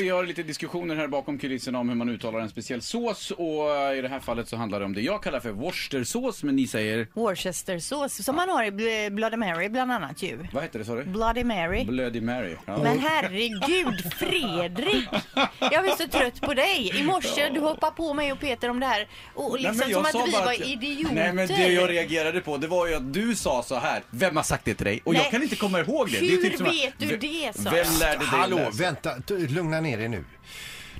Vi har lite diskussioner här bakom kulisserna om hur man uttalar en speciell sås och eh, i det här fallet så handlar det om det jag kallar för Worcestersås men ni säger, Worcestersås som man har i bl- Bloody Mary bland annat ju. vad heter det sa du? Bloody Mary. Bloody Mary. Ja. Men herregud, Fredrik! Jag är så trött på dig. I morse du hoppade på mig och Peter om det här. Och liksom Nej, men som jag att sa vi bara var att- idioter. Nej men det jag reagerade på det var ju att du sa så här. Vem har sagt det till dig? Och jag Nej. kan inte komma ihåg det. det Hur är typ som att- vet du Ve- det, sa Vem jag? lärde dig Hallå, läsa? vänta, t- lugna ner er nu.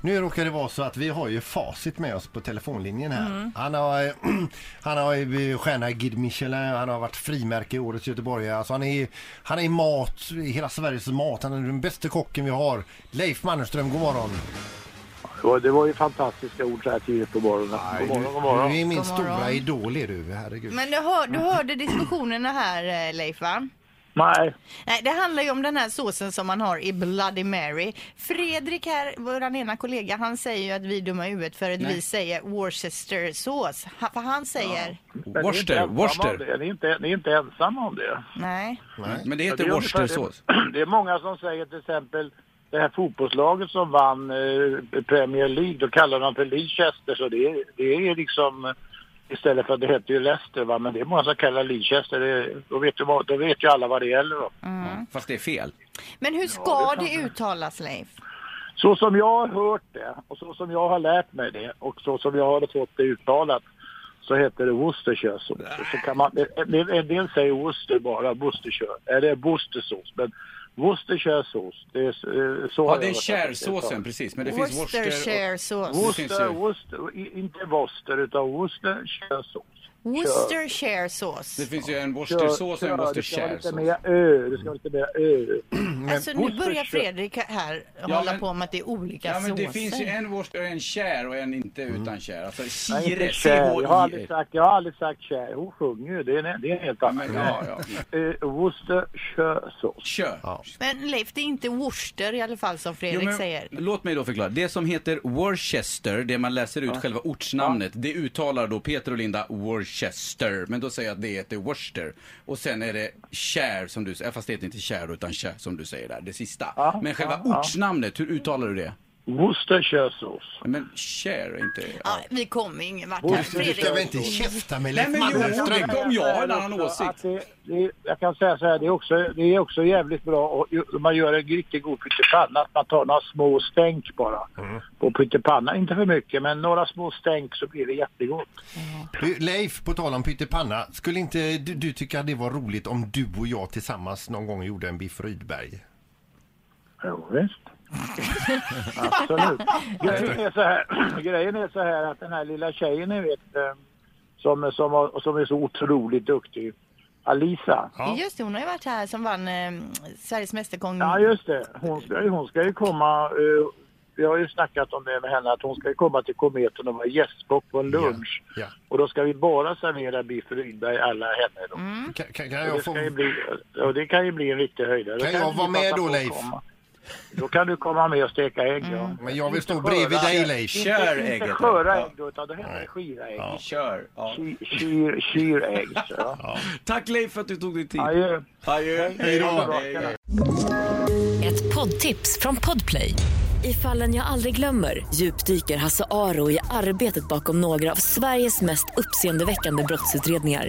Nu råkar det vara så att vi har ju facit med oss på telefonlinjen här. Han har, eh, han har ju stjärna i Guide Michelin, han har varit frimärke i årets Göteborgare. Alltså han är, han är mat, hela Sveriges mat. Han är den bästa kocken vi har. Leif Mannerström, god morgon. Ja, det var ju fantastiska ord så här tidigt på morgonen. God morgon, god morgon. Du är min God morgon. stora idol är du, herregud. Men du, hör, du hörde diskussionerna här eh, Leif va? Nej, Nej, det handlar ju om den här såsen som man har i Bloody Mary. Fredrik här, vår ena kollega, han säger ju att vi dummar i huvudet för att vi säger Worcestersås. Ha- För han säger, men Worcester, ni är inte Worcester. ensamma om det. Ni är inte, ni är inte ensamma om det. nej. Men det Det heter är ungefär- Worcestersås. Det, det är många som säger till exempel det här fotbollslaget som vann eh, Premier League, då kallar de för Leicester. Så det är, det är liksom eh, istället för att det heter ju Leicester va, men det är många som kallar Leicester. Det, då, vet ju, vad- då vet ju alla vad det gäller då. Fast det är fel. Men hur ska det uttalas Leif? Så som jag har hört det och så som jag har lärt mig det och så som jag har fått det uttalat så heter det Worcestershiresås. Så- Så kan man, en, del, en del säger Worcester bara, Worcestershire, eller Worcestersås. Men Worcestershiresås, det är s- eh, så Ja, har det är jag hört att kärsåsen uttalas. precis. Men det finns Worcester och... Worcestershiresås. finns Worcester, ju- Worcester, i- inte Worcester utan Worcestershiresås. Worcestershiresås. Det finns ju en Worcestersås och en det ska vara lite Worcesterskärsås. mer ö, det ska vara lite mer ö. Alltså nu börjar Fredrik här Ja, hålla men- på med att det är olika Ja men såser. det finns ju en Worcester och en kär och en inte utan kär. Alltså Nej, Mm. Chire, inte kär. Jag har aldrig C-H-I-R. sagt, jag har aldrig sagt kär. Hon sjunger ju, det är en, det är en helt Ja, annan men, ja, ja. Eh, Worcestershiresås. Kör. Men Leif, det är inte Worcester i alla fall som Fredrik Jo, men säger. Låt mig då förklara. Det som heter Worcester, det man läser ut själva ortsnamnet, det uttalar då Peter och Linda Worcester. Men då säger jag att det heter Worcester. Och sen är det Kär som du säger, fast det heter inte Kär utan Kär som du säger där, det sista. Ja, Men själva ja, ja. ortsnamnet, hur uttalar du det? Worcestershiresås. Men Kär är inte... Ja, vi kommer ingen vart här. Worcester- Du Fredrik, ska väl inte käfta Nej med Leif men jo, Mannerström? det- om jag har en annan Också åsikt. att Det, det, jag kan säga så här, det är också, det är också jävligt bra och ju- man gör en riktigt god pyttipanna. Att man tar några små stänk bara på pyttipanna. Inte för mycket, men några små stänk så blir det jättegott. Du, Leif, på tal om pyttipanna, skulle inte du, du tycka det var roligt om du och jag tillsammans någon gång gjorde en biff Rydberg? Jo, visst. Absolut. Grejen är, så här, grejen är så här att den här lilla tjejen ni vet eh, som, som, har- som är så otroligt duktig, Alisa. Ja. Just det, hon har ju varit här som vann eh, Sveriges Mästerkock. Ja, just det. Hon ska, ju- hon ska ju komma... eh, vi har ju snackat om det med henne, att hon ska ju komma till Kometen och vara gästkock på en lunch. Ja. Och då ska vi bara servera biff Rydberg alla henne då. Kan, kan, kan Och Mm. det, jag få... ska ju bli, och det kan ju bli en riktig höjdare. Då Kan jag du vara med passa då, på att Leif? komma. Då kan du komma med och steka ägg, ja. Men jag vill stå Inte bredvid sköra- dig, Leif. Kör Inte, ägget, inte ja. sköra Ja. ägg då, utan då heter det skira ägg. Ja. Kör. Ja. Ky- Kyr, kyr ägg, så. Ja. Tack Leif för att du tog dig tid. Adjö. Adjö. Hej då. Hej, hej. Ett poddtips från Podplay. I fallen jag aldrig glömmer djupdyker Hasse Aro i arbetet bakom några av Sveriges mest uppseendeväckande brottsutredningar.